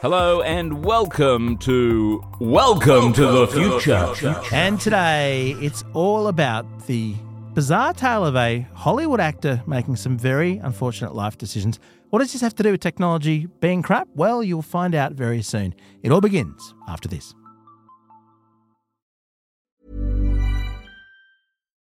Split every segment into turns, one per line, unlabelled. Hello and welcome to Welcome, to the Future.
And today it's all about the bizarre tale of a Hollywood actor making some very unfortunate life decisions. What does this have to do with technology being crap? Well, you'll find out very soon. It all begins after this.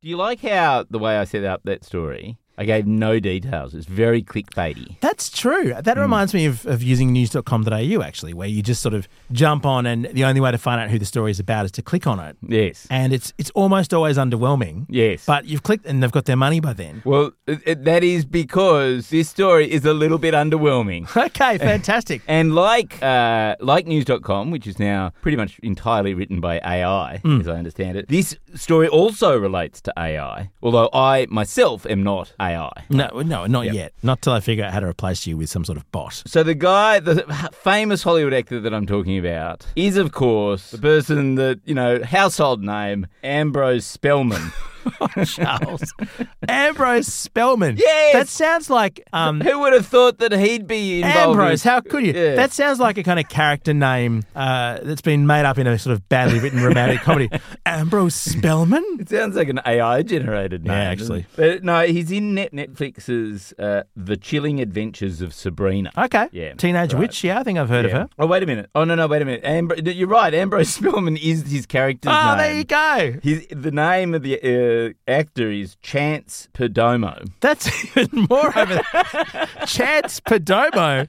Do you like how the way I set up that story? I gave no details. It's very clickbaity.
That's true. That reminds me of, of using news.com.au actually, where you just sort of jump on and the only way to find out who the story is about is to click on it.
Yes.
And it's it's almost always underwhelming.
Yes.
But you've clicked and they've got their money by then.
Well, it, it- that is because this story is a little bit underwhelming.
Okay, fantastic.
And like uh, like news.com, which is now pretty much entirely written by AI,
Hmm.
as I understand it, this story also relates to AI, although I myself am not AI.
No, no, not yet. Not till I figure out how to replace you with some sort of bot.
So the guy, the famous Hollywood actor that I'm talking about, is of course the person that you know, household name Ambrose Spellman.
Charles. Ambrose Spellman.
Oh. Yes!
That sounds like um
Who would have thought that he'd be involved?
Ambrose,
in-
how could you?
Yeah.
That sounds like a kind of character name uh, that's been made up in a sort of badly written romantic comedy. Ambrose Spellman?
It sounds like an AI generated name.
Yeah, actually.
doesn't it? But no, he's in Net Netflix's uh, The Chilling Adventures of Sabrina.
Okay.
Yeah,
Teenage
right.
Witch, yeah, I think I've heard
Yeah.
of her.
Oh wait a minute. Oh no no wait a minute. Ambr- you're right. Ambrose Spellman is his character's
Oh,
name.
there you go.
His, the name of the uh, actor is Chance Perdomo.
That's even more of a Chance Podomo.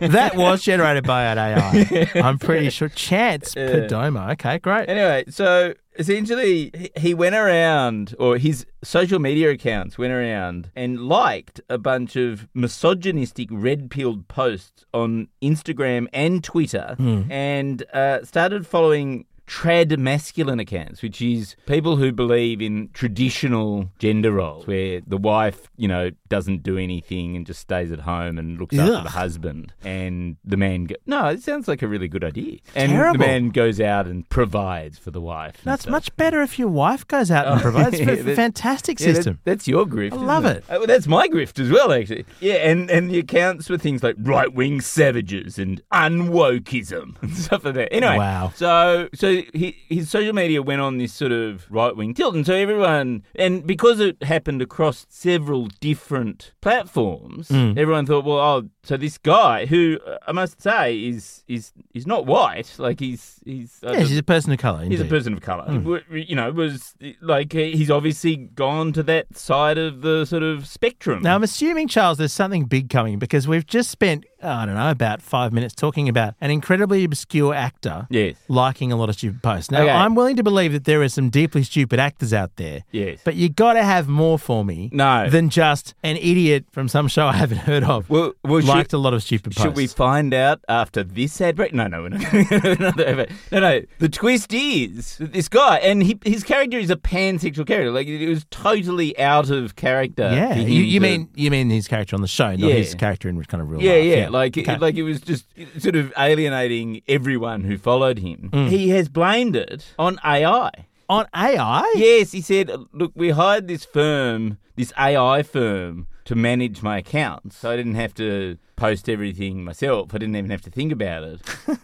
That was generated by an AI. I'm pretty sure. Chance Podomo. Okay, great.
Anyway, so essentially, he- he went around, or his social media accounts went around and liked a bunch of misogynistic red pilled posts on Instagram and Twitter
Hmm.
and uh, started following. Trad masculine accounts, which is people who believe in traditional gender roles, where the wife, you know, doesn't do anything and just stays at home and looks after
Ugh.
the husband, and the man. Go- no, it sounds like a really good idea. And
Terrible.
the man and goes out and provides for the wife. and
That's
stuff. Oh.
much better if your wife goes out and provides.
yeah,
It's a
that-
fantastic
Yeah, that-
system.
that's your grift.
I
isn't
love it.
Uh, well, that's my grift as well, actually. Yeah, and, and the accounts were things like right wing savages and unwokeism and stuff like that. Anyway,
Wow.
So so he, his social media went on this sort of right wing tilt, and so everyone and because it happened across several different platforms,
Hmm.
everyone thought, well, oh, so this guy who uh, I must say is is is not white, like he's he's I
yeah,
don't-
she's a person of colour.
He's a
indeed. Hmm.
person of color. You know, was like he- he's obviously gone to that side of the sort of spectrum.
Now, I'm assuming, Charles, there's something big coming because we've just spent, oh, I don't know, about five minutes talking about an incredibly obscure actor
Yes.
liking a lot of stupid posts. Now,
Okay.
I'm willing to believe that there are some deeply stupid actors out there.
Yes.
But you got to have more for me
No.
than just an idiot from some show I haven't heard of
Well- well,
liked
should-
a lot of stupid posts.
Should we find out after this ad break? No, no, we're not. gonna have another ad break. no, no. The twist is that this guy, and he, his character is a pansexual character. Like it was totally out of character.
yeah,
for him
you, you
to-
mean you mean his character on the show, not
uh, Yeah.
his character in kind of real
Yeah,
life.
yeah, like
Okay.
it, like it was just sort of alienating everyone who followed him.
Hmm.
He has blamed it on AI.
on AI.
Yes, he said, "Uh, look, we hired this firm, this AI firm, to manage my accounts. So I didn't have to post everything myself. I didn't even have to think about it.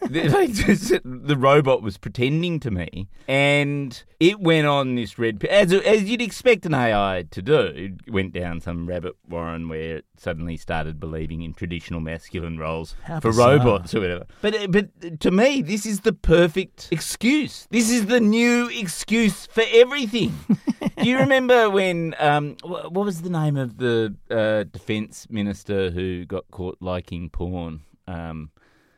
the, like, just- the robot was pretending to me. And it went on this red, as, as you'd expect an AI to do, it went down some rabbit warren where it suddenly started believing in traditional masculine roles
How
for
bizarre.
robots or whatever. But uh, but to me, this is the perfect excuse. This is the new excuse for everything. Do you remember when? Um, wh- what was the name of the uh, defense minister who got caught liking porn? Um,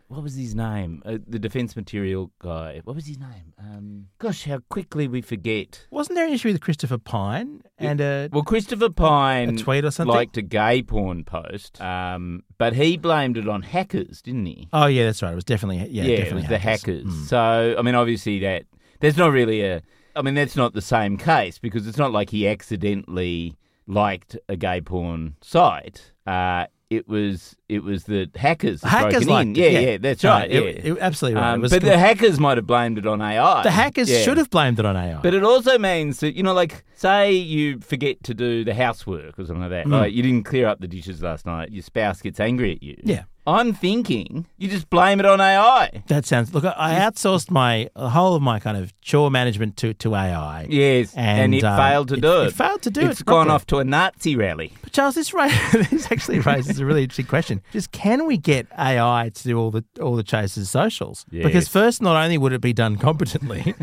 what was his name? Uh, the defense material guy. What was his name? Um, gosh, how quickly we forget.
Wasn't there an issue with Christopher Pine and uh,
Well, Christopher Pine
A tweet or something?
liked a gay porn post, um, but he blamed it on hackers, didn't he?
Oh yeah, that's right. It was definitely yeah,
it
definitely Mm.
was the hackers. So, I mean, obviously that there's not really a. I mean, that's not the same case because it's not like he accidentally liked a gay porn site. Uh, it was it was the hackers that
Hackers
broken in.
liked
Yeah,
it,
yeah,
yeah.
that's
No,
right.
it-
yeah. Um,
it- absolutely right. It was
but
com-
the hackers might have blamed it on AI.
The hackers
Yeah.
should have blamed it on AI.
But it also means that, you know, like, say you forget to do the housework or something like
Mm.
that. Like, you didn't clear up the dishes last night. Your spouse gets angry at you.
Yeah.
I'm thinking you just blame it on AI.
that sounds look. I- I outsourced my the whole of my kind of chore management to to AI.
Yes. And,
And,
it
um,
failed to
it-
do it.
it failed to do
It's
it
gone
properly.
off to a Nazi rally.
But Charles, this ra- this actually raises a really interesting question: Just can we get AI to do all the all the Chase's socials?
Yes.
Because first, not only would it be done competently,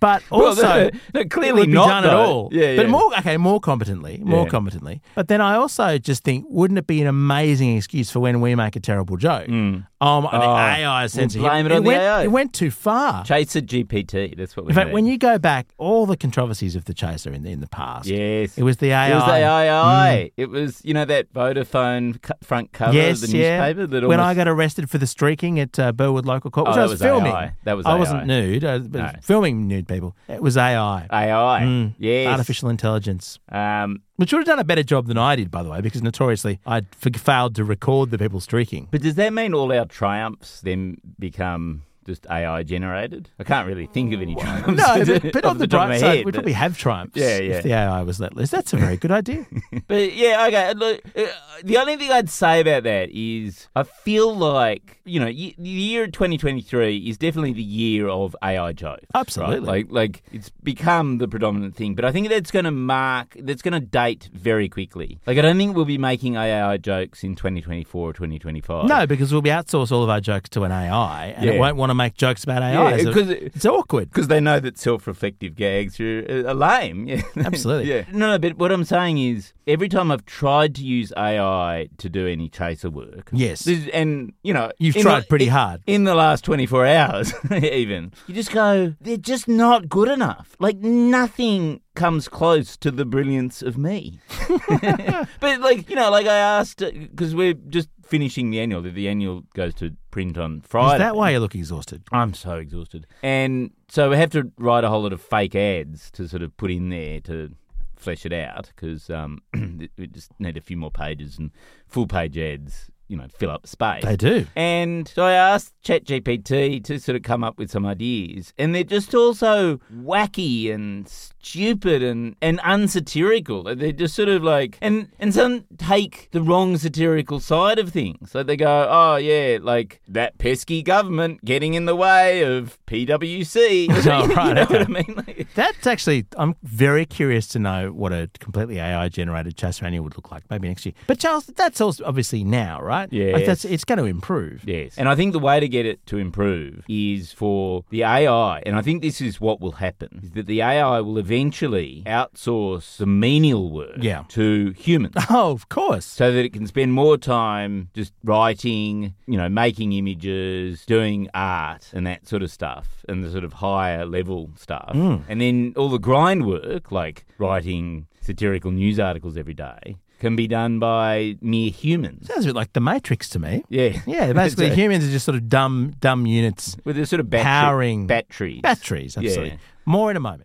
but also
no, no, clearly
it would be
not,
done
though.
at all.
Yeah,
but
yeah.
more okay, more competently, more
Yeah.
competently. But then I also just think, wouldn't it be an amazing excuse for when we make a terrible joke? Um, I think AI is
Mm. Oh, we'll
sensitive.
blame it on the
went,
AI.
It went too far.
Chase a GPT. That's what we
In fact,
need.
when you go back, all the controversies of the chaser in the, in the past.
Yes.
It was the AI.
It was the AI. It was, you know, that Vodafone co- front cover
Yes,
of the
yeah.
newspaper that
when I
almost
got arrested for the streaking at uh, Burwood Local Court,
Oh,
which
that
I was,
was
filming.
AI. That was
I
AI.
wasn't nude. I was but
No.
filming nude people. It was AI.
AI. Yes.
Mm. Artificial intelligence.
Um,
Which would have done a better job than I did, by the way, because notoriously I failed to record the people streaking.
But does that mean all our triumphs then become just AI generated? I can't really think of any triumphs.
No, but, but
off
on the,
top of my
bright side,
head,
we
but-
probably have triumphs.
Yeah, yeah.
If the AI was let loose, that's a very good idea.
But yeah, okay. Look, uh, the only thing I'd say about that is I feel like you know y- the year 2023 is definitely the year of AI jokes. right?
Absolutely.
Like like it's become the predominant thing. But I think that's going to mark that's going to date very quickly. Like I don't think we'll be making AI jokes in 2024 or 2025.
no, because we'll be outsource all of our jokes to an AI, and
Yeah.
it won't want to make jokes about AI.
Yeah,
so
'cause it-
it's awkward.
Because they know that self-reflective gags are, are lame. Yeah.
Absolutely.
yeah. No, no, but what I'm saying is, every time I've tried to use AI to do any chaser work,
Yes.
this- and you know,
You've
in
tried
the-
pretty
in-
hard.
in the last 24 hours, even you just go, they're just not good enough. Like nothing comes close to the brilliance of me. but like you know, like I asked because we're just finishing the annual. The- The annual goes to print on Friday.
Is that why you look exhausted?
I'm so exhausted. And so we have to write a whole lot of fake ads to sort of put in there to flesh it out because um, we just need a few more pages and full page ads, you know, fill up space.
They do.
And so I asked ChatGPT to sort of come up with some ideas, and they're just all so wacky and stupid and, and unsatirical. Like, They're just sort of like, and, and some take the wrong satirical side of things. Like they go, oh, yeah, like that pesky government getting in the way of PWC.
Oh, right,
you know
okay.
what I mean? Like,
That's actually, I'm very curious to know what a completely AI generated Chaser Annual would look like maybe next year. But Charles, that's also obviously now, right?
Yes.
Like that's, it's going to improve.
Yes. And I think the way to get it to improve is for the AI, and I think this is what will happen, is that the AI will eventually outsource the menial work
Yeah.
to humans.
Oh, of course.
So that it can spend more time just writing, you know, making images, doing art and that sort of stuff, and the sort of higher level stuff.
Hmm.
And then all the grind work, like writing satirical news articles every day, can be done by mere humans.
Sounds a bit like The Matrix to me.
Yeah.
Yeah, basically
That's it.
humans are just sort of dumb, dumb units.
With a sort of battery,
Powering-
batteries.
Batteries, absolutely.
Yeah.
More in a moment.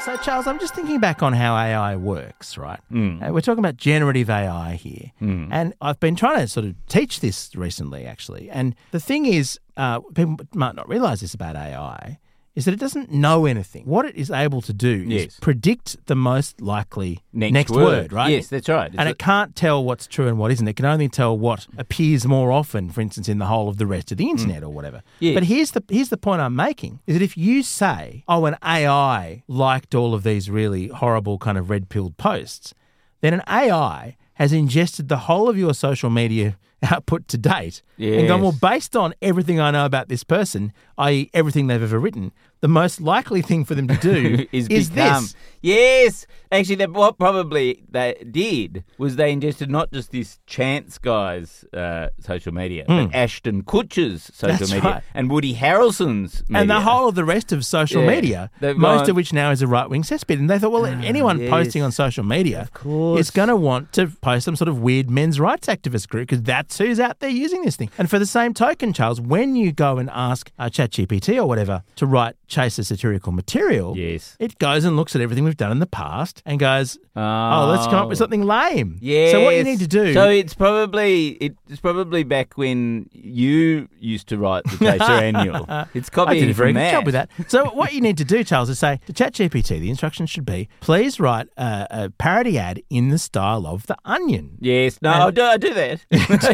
So, Charles, I'm just thinking back on how AI works, right?
Mm.
Uh, we're talking about generative AI here. And I've been trying to sort of teach this recently, actually. And the thing is, uh, people might not realize this about AI, is that it doesn't know anything. What it is able to do
Yes.
is predict the most likely
Next
next,
word.
word. right?
Yes, that's right. It's
and
a-
it can't tell what's true and what isn't. It can only tell what appears more often, for instance, in the whole of the rest
Mm.
of the internet or whatever.
Yes.
But here's the here's the point I'm making is that if you say, "Oh, an AI liked all of these really horrible kind of red pilled posts," then an AI has ingested the whole of your social media output to date and gone,
Yes.
well, based on everything I know about this person, i.e., everything they've ever written, the most likely thing for them to do
is,
is,
become.
this.
Yes, actually, that what probably they did was they ingested not just this chance guy's uh, social media, but Ashton Kutcher's social
Hmm. That's
media
right.
and Woody Harrelson's media.
and the whole of the rest of social
Yeah.
media,
They've
most
gone-
of which now is a right wing cesspit. And they thought, well, anyone
yes.
posting on social media
course.
is going to want to post some sort of weird men's rights activist group because that's who's out there using this thing. And for the same token, Charles, when you go and ask uh, ChatGPT or whatever to write chaser satirical material,
Yes.
it goes and looks at everything we've done in the past and goes, oh, let's come up with something lame.
Yes.
So what you need to do.
So it's probably it's probably back when you used to write the Chaser Annual. It's
I
copying
did a very
from
good
that.
job with that. So what you need to do, Charles, is say to ChatGPT, the instructions should be: please write a, a parody ad in the style of The Onion.
Yes, no, I do, I do that.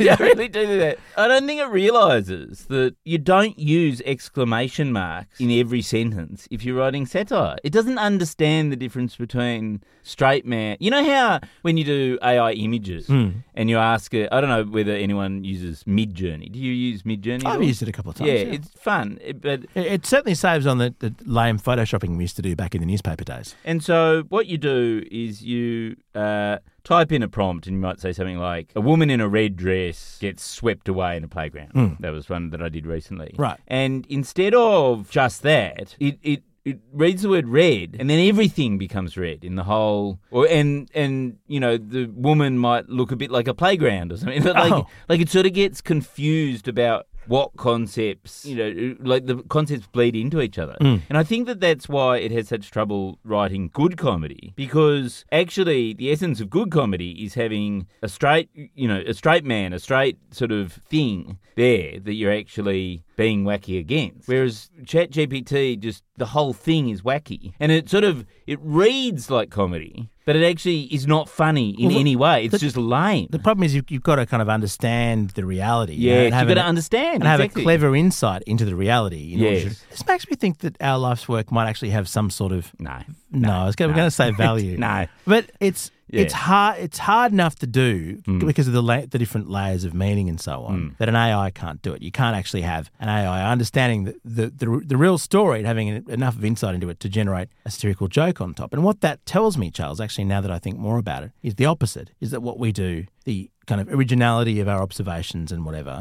I really do that. I don't think it realizes that you don't use exclamation marks in every sentence if you're writing satire. It doesn't understand the difference between straight man. You know how when you do AI images and you ask it, I don't know whether anyone uses Midjourney. Do you use Midjourney? at
I've
all?
used it a couple of times.
yeah,
Yeah,
it's fun, it- but
It, it certainly saves on the, the lame photoshopping we used to do back in the newspaper days.
And so what you do is you uh, type in a prompt and you might say something like, a woman in a red dress gets swept away in a playground. That was one that I did recently.
Hmm. Right.
And instead of just that, it, it it reads the word red and then everything becomes red in the whole or and and you know the woman might look a bit like a playground or something like
Oh.
like it sort of gets confused about what concepts you know like the concepts bleed into each other
Mm.
and i think that that's why it has such trouble writing good comedy because actually the essence of good comedy is having a straight you know a straight man a straight sort of thing there that you're actually being wacky against whereas chat gpt just the whole thing is wacky and it sort of it reads like comedy but it actually is not funny in
Well, the-
any way it's
the-
just lame
The problem is you, you've got to kind of understand the reality. you know,
Yes,
and have
you've got
an-
to understand.
and have
exactly.
a clever insight into the reality. In order to-
Yes.
this makes me think that our life's work might actually have some sort of
No.
No, I was going to say value.
No.
but it's
Yeah.
it's hard it's hard enough to do because of the la- the different layers of meaning and so on that an AI can't do it. You can't actually have an AI understanding the the, the, r- the real story and having en- enough of insight into it to generate a satirical joke on top. And what that tells me, Charles, actually now that I think more about it, is the opposite. Is that what we do? The kind of originality of our observations and whatever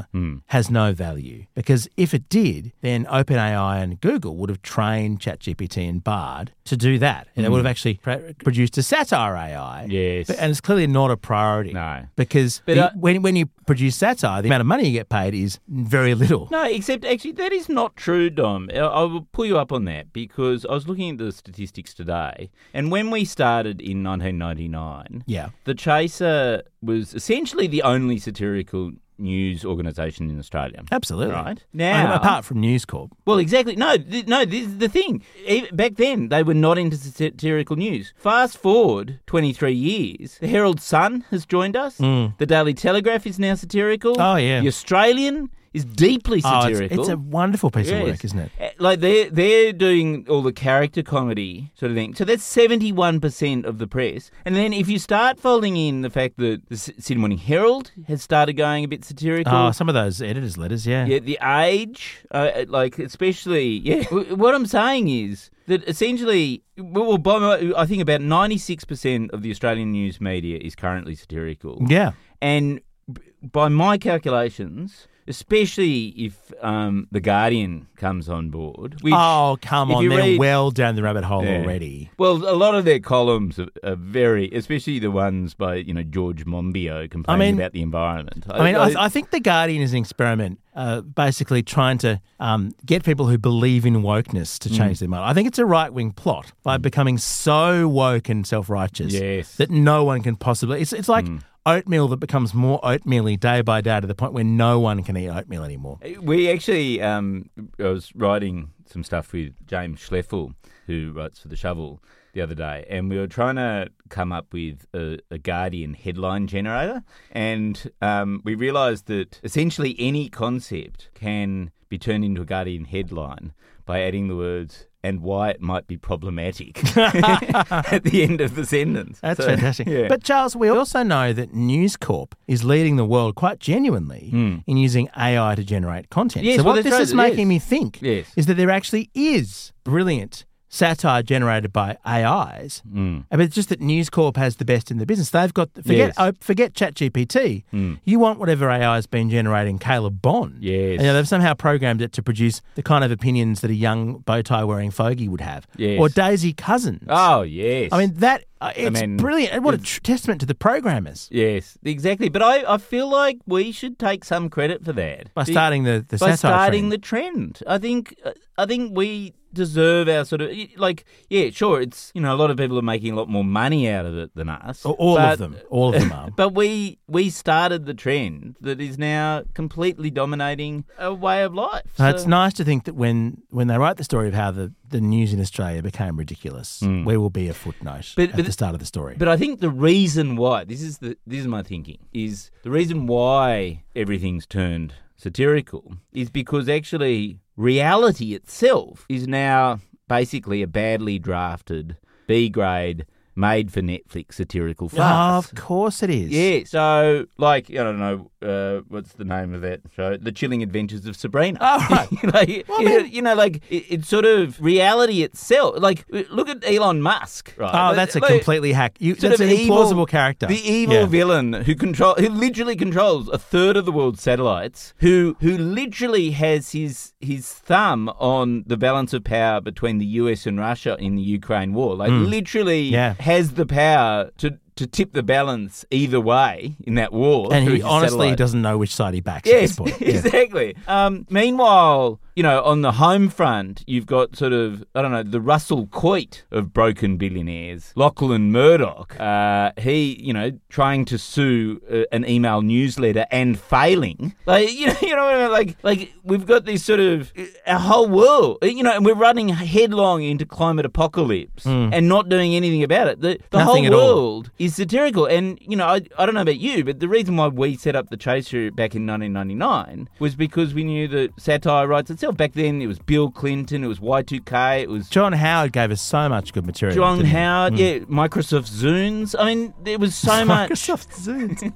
has no value because if it did, then OpenAI and Google would have trained ChatGPT and Bard to do that, and they would have actually pr- produced a satire AI.
Yes.
But- and it's clearly not a priority.
No.
because
But uh,
the-
I-
when when you produce satire, the amount of money you get paid is very little.
No, except actually, that is not true, Dom. I- I will pull you up on that because I was looking at the statistics today. And when we started in 1999,
Yeah.
The Chaser was essentially the only satirical news organisation in Australia.
Absolutely.
Right.
I mean,
Now,
apart from News Corp.
Well, exactly. No, th- no. This is the thing. E- Back then, they were not into satirical news. Fast forward 23 years, the Herald Sun has joined us. The Daily Telegraph is now satirical.
Hmm. Oh, yeah.
The Australian is deeply
Oh, it's,
satirical.
it's a wonderful piece
Yes.
of work, isn't it?
Uh, Like they're they're doing all the character comedy sort of thing. So that's seventy one percent of the press. And then if you start folding in the fact that the S- Sydney Morning Herald has started going a bit satirical,
Oh, some of those editors' letters, yeah.
yeah, the age, uh, like especially, yeah. W- What I'm saying is that essentially, well, by my- I think about 96% of the Australian news media is currently satirical.
Yeah.
And b- by my calculations, especially if um, the Guardian comes on board, which
oh, come
if
on,
you
they're
read-
well down the rabbit hole
Yeah.
already.
Well, a lot of their columns are, are very, especially the ones by you know George Monbiot complaining
mean-
about the environment.
I mean, I, I think The Guardian is an experiment, uh, basically trying to um, get people who believe in wokeness to change their mind. I think it's a right wing Mm. plot by becoming so woke and self righteous
Yes.
that no one can possibly. It's, it's like oatmeal that becomes more oatmeal-y day by day to the point where no one can eat oatmeal anymore.
We actually, um, I was writing some stuff with James Schleffel, who writes for The Shovel, the other day, and we were trying to come up with a, a Guardian headline generator. And um, we realised that essentially any concept can be turned into a Guardian headline by adding the words, and why it might be problematic at the end of the sentence.
That's
So,
fantastic.
yeah.
But Charles, we also know that News Corp is leading the world quite genuinely in using AI to generate content.
Hmm. Yes,
so what
well,
this
that's
is
right, it
making
is.
me think
Yes.
is that there actually is brilliant satire generated by AIs. I mean, it's just that News Corp has the best in the business. They've got forget
Hmm. Yes. Hmm.
oh, forget ChatGPT. You want whatever AI has been generating Caleb Bond.
Yes.
And, you know, they've somehow programmed it to produce the kind of opinions that a young bow tie wearing fogey would have.
Yes.
Or Daisy Cousins.
Oh, yes.
I mean, that uh, it's
mean,
brilliant. What a tr- testament to the programmers
Yes, exactly. But I, I feel like we should take some credit for that
by starting the the
by
satire
starting
trend.
the trend. I think uh, I think we deserve our sort of like yeah, sure. It's you know a lot of people are making a lot more money out of it than us.
All- all
but-
of them, all of them are.
But we we started the trend that is now completely dominating a way of life.
So it's
So-
nice to think that when when they write the story of how the, the news in Australia became ridiculous, we will be a footnote
Hmm. But-
at
but-
the start of the story.
But I think the reason why this is the this is my thinking is the reason why everything's turned satirical is because actually reality itself is now basically a badly drafted B grade made for Netflix satirical
Oh,
farce.
of course it is.
Yeah, so like I don't know uh, what's the name of that show, The Chilling Adventures of Sabrina.
Oh, right.
like,
Well, I
you, know,
mean-
you know, like it, it's sort of reality itself. Like look at Elon Musk. Right?
Oh, that's a
Like-
completely hack. You,
sort
that's an
of evil-
implausible character.
The evil
Yeah.
villain who control who literally controls a third of the world's satellites, who who literally has his his thumb on the balance of power between the US and Russia in the Ukraine war. Like literally
Hmm. Yeah.
has the power to to tip the balance either way in that war.
and
through
he
his
honestly
satellite.
doesn't know which side he backs at this
Yes,
point. Yeah.
exactly. Um, meanwhile, you know, on the home front, you've got sort of, I don't know, the Russell Coit of broken billionaires, Lachlan Murdoch. Uh, he, you know, trying to sue uh, an email newsletter and failing. Like, you know, you know what I mean? Like, like we've got this sort of uh, our whole world, uh, you know, and we're running headlong into climate apocalypse and not doing anything about it. The, the
Hmm. Nothing at
whole
all.
world world is satirical. And, you know, I, I don't know about you, but the reason why we set up the Chaser back in 1999 was because we knew that satire writes itself. Back then, it was Bill Clinton, it was Y2K, it was
John Howard gave us so much good material.
John
didn't he?
Howard, yeah, Microsoft Zunes. I mean, there was so much.
Microsoft Zoom.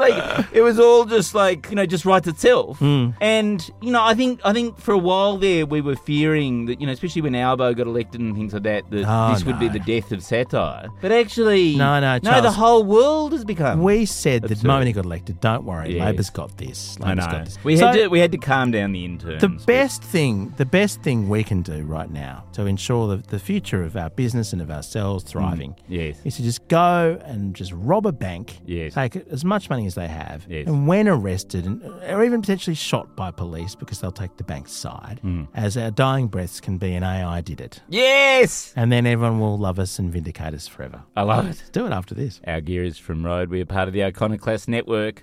like it was all just like you know just writes itself
Hmm.
and you know i think i think for a while there we were fearing that you know especially when albo got elected and things like that that
Oh,
this would be
no.
the death of satire but actually
No, no,
no the
Charles.
whole world has become
we said that the
Absurd.
moment he got elected, don't worry,
Yes.
Labor's got this.
I
Labor's
know.
got this.
We
So-
had to we had to calm down the interns.
The
but-
best thing, the best thing we can do right now to ensure the, the future of our business and of ourselves thriving
Mm, yes.
is to just go and just rob a bank,
Yes.
take as much money as they have,
Yes.
and when arrested and, or even potentially shot by police because they'll take the bank's side,
Mm.
as our dying breaths can be an AI did it.
Yes.
And then everyone will love us and vindicate us forever.
I love it.
Let's do it after this.
Our gear is from Road. We are part of the Iconoclast Network.